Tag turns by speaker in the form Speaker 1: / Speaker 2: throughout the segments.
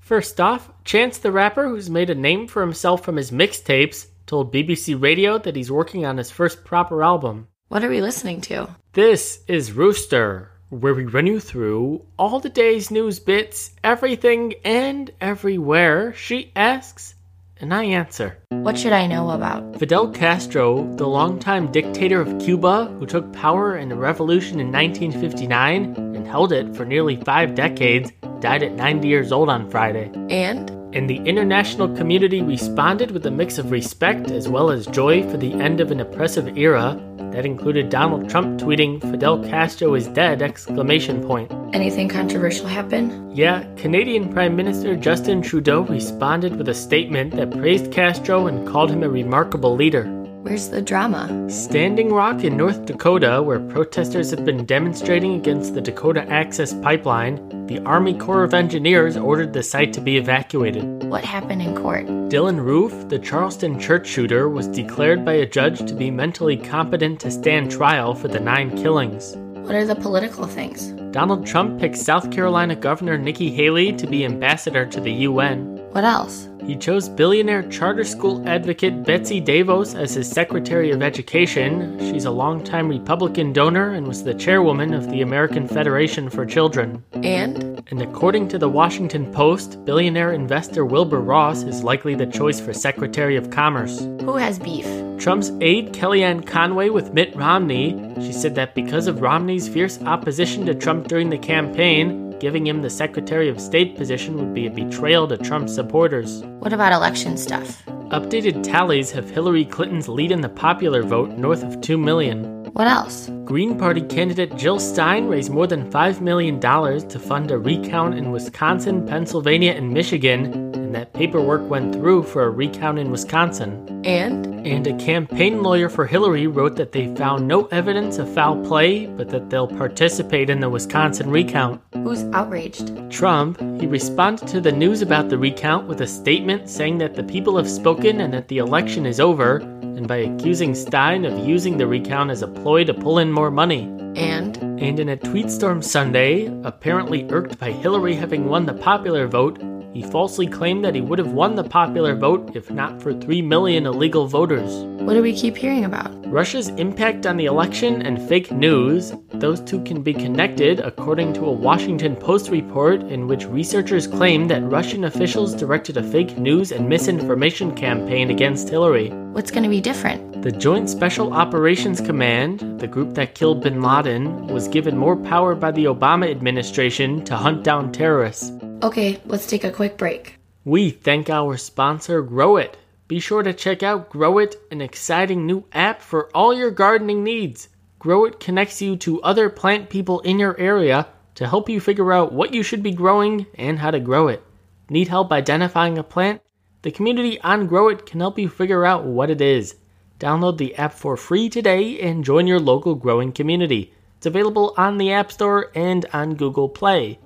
Speaker 1: First off, Chance the Rapper, who's made a name for himself from his mixtapes, told BBC Radio that he's working on his first proper album.
Speaker 2: What are we listening to?
Speaker 1: This is Rooster, where we run you through all the day's news bits, everything and everywhere. She asks, and I answer.
Speaker 2: What should I know about?
Speaker 1: Fidel Castro, the longtime dictator of Cuba who took power in the revolution in 1959 and held it for nearly five decades, died at 90 years old on Friday.
Speaker 2: And
Speaker 1: And the international community responded with a mix of respect as well as joy for the end of an oppressive era. That included Donald Trump tweeting, Fidel Castro is dead! exclamation point.
Speaker 2: anything controversial happen?
Speaker 1: Yeah, Canadian Prime Minister Justin Trudeau responded with a statement that praised Castro and called him a remarkable leader.
Speaker 2: Where's the drama?
Speaker 1: Standing Rock in North Dakota, where protesters have been demonstrating against the Dakota Access Pipeline, the Army Corps of Engineers ordered the site to be evacuated.
Speaker 2: What happened in court?
Speaker 1: Dylan Roof, the Charleston church shooter, was declared by a judge to be mentally competent to stand trial for the nine killings.
Speaker 2: What are the political things?
Speaker 1: Donald Trump picked South Carolina Governor Nikki Haley to be ambassador to the UN.
Speaker 2: What else?
Speaker 1: He chose billionaire charter school advocate Betsy Davos as his Secretary of Education. She's a longtime Republican donor and was the chairwoman of the American Federation for Children.
Speaker 2: And
Speaker 1: And according to the Washington Post, billionaire investor Wilbur Ross is likely the choice for Secretary of Commerce.
Speaker 2: who has beef?
Speaker 1: Trump's aide Kellyanne Conway with Mitt Romney, she said that because of Romney's fierce opposition to Trump during the campaign, giving him the Secretary of State position would be a betrayal to Trump's supporters.
Speaker 2: What about election stuff?
Speaker 1: Updated tallies have Hillary Clinton's lead in the popular vote north of 2 million.
Speaker 2: What else?
Speaker 1: Green Party candidate Jill Stein raised more than $5 million to fund a recount in Wisconsin, Pennsylvania, and Michigan, and that paperwork went through for a recount in Wisconsin.
Speaker 2: And
Speaker 1: And a campaign lawyer for Hillary wrote that they found no evidence of foul play, but that they'll participate in the Wisconsin recount.
Speaker 2: who's outraged?
Speaker 1: Trump, he responded to the news about the recount with a statement saying that the people have spoken and that the election is over, and by accusing Stein of using the recount as a ploy to pull in more money.
Speaker 2: And
Speaker 1: And in a tweet storm Sunday, apparently irked by Hillary having won the popular vote, he falsely claimed that he would have won the popular vote if not for 3 million illegal voters.
Speaker 2: what do we keep hearing about?
Speaker 1: Russia's impact on the election and fake news, those two can be connected according to a Washington Post report in which researchers claim that Russian officials directed a fake news and misinformation campaign against Hillary.
Speaker 2: What's going to be different?
Speaker 1: The Joint Special Operations Command, the group that killed bin Laden, was given more power by the Obama administration to hunt down terrorists.
Speaker 2: Okay, let's take a quick break.
Speaker 1: We thank our sponsor, Grow It. Be sure to check out Grow It, an exciting new app for all your gardening needs. Grow It connects you to other plant people in your area to help you figure out what you should be growing and how to grow it. Need help identifying a plant? The community on Grow It can help you figure out what it is. Download the app for free today and join your local growing community. It's available on the App Store and on Google Play.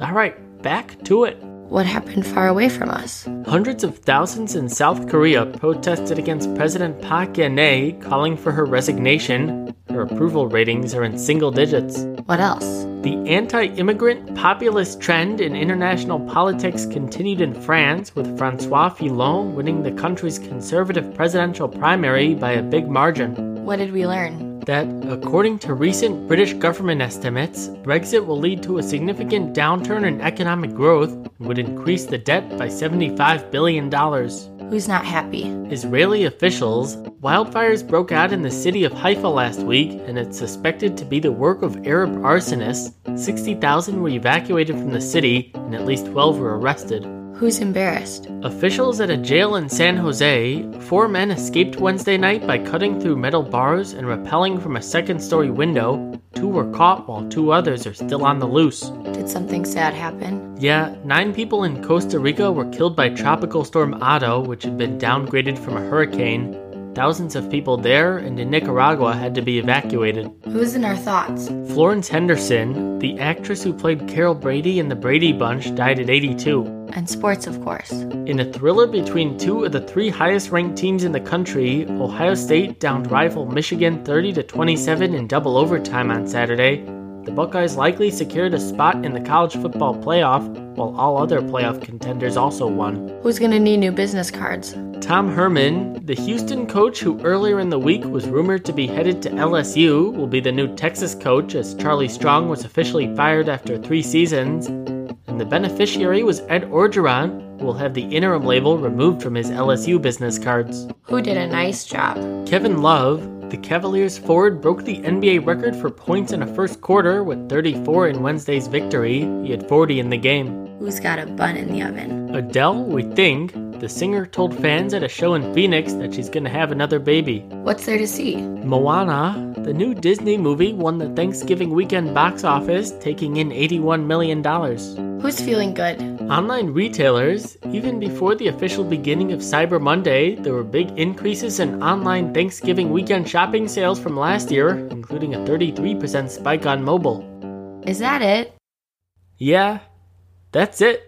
Speaker 1: All right, back to it.
Speaker 2: What happened far away from us?
Speaker 1: Hundreds of thousands in South Korea protested against President Park Geun-hye, calling for her resignation. Her approval ratings are in single digits.
Speaker 2: What else?
Speaker 1: The anti-immigrant populist trend in international politics continued in France, with Francois Fillon winning the country's conservative presidential primary by a big margin
Speaker 2: What did we learn?
Speaker 1: that, according to recent British government estimates, Brexit will lead to a significant downturn in economic growth and would increase the debt by $75 billion.
Speaker 2: Who's not happy?
Speaker 1: Israeli officials, wildfires broke out in the city of Haifa last week, and it's suspected to be the work of Arab arsonists. 60,000 were evacuated from the city, and at least 12 were arrested.
Speaker 2: Who's embarrassed?
Speaker 1: Officials at a jail in San Jose, four men escaped Wednesday night by cutting through metal bars and rappelling from a second story window. Two were caught while two others are still on the loose.
Speaker 2: Did something sad happen?
Speaker 1: Yeah, nine people in Costa Rica were killed by Tropical Storm Otto, which had been downgraded from a hurricane. Thousands of people there and in Nicaragua had to be evacuated.
Speaker 2: Who's in our thoughts?
Speaker 1: Florence Henderson, the actress who played Carol Brady in The Brady Bunch, died at 82.
Speaker 2: And sports, of course.
Speaker 1: In a thriller between two of the three highest ranked teams in the country, Ohio State downed rival Michigan 30 to 27 in double overtime on Saturday. The Buckeyes likely secured a spot in the college football playoff while all other playoff contenders also won.
Speaker 2: Who's gonna need new business cards?
Speaker 1: Tom Herman, the Houston coach who earlier in the week was rumored to be headed to LSU, will be the new Texas coach as Charlie Strong was officially fired after three seasons. And the beneficiary was Ed Orgeron, who will have the interim label removed from his LSU business cards.
Speaker 2: Who did a nice job?
Speaker 1: Kevin Love, the Cavaliers forward, broke the NBA record for points in a first quarter with 34 in Wednesday's victory. He had 40 in the game.
Speaker 2: Who's got a bun in the oven?
Speaker 1: Adele, we think, the singer told fans at a show in Phoenix that she's gonna have another baby.
Speaker 2: What's there to see?
Speaker 1: Moana, the new Disney movie, won the Thanksgiving weekend box office, taking in $81 million.
Speaker 2: Who's feeling good?
Speaker 1: Online retailers, even before the official beginning of Cyber Monday, there were big increases in online Thanksgiving weekend shopping sales from last year, including a 33% spike on mobile.
Speaker 2: Is that it?
Speaker 1: Yeah, that's it.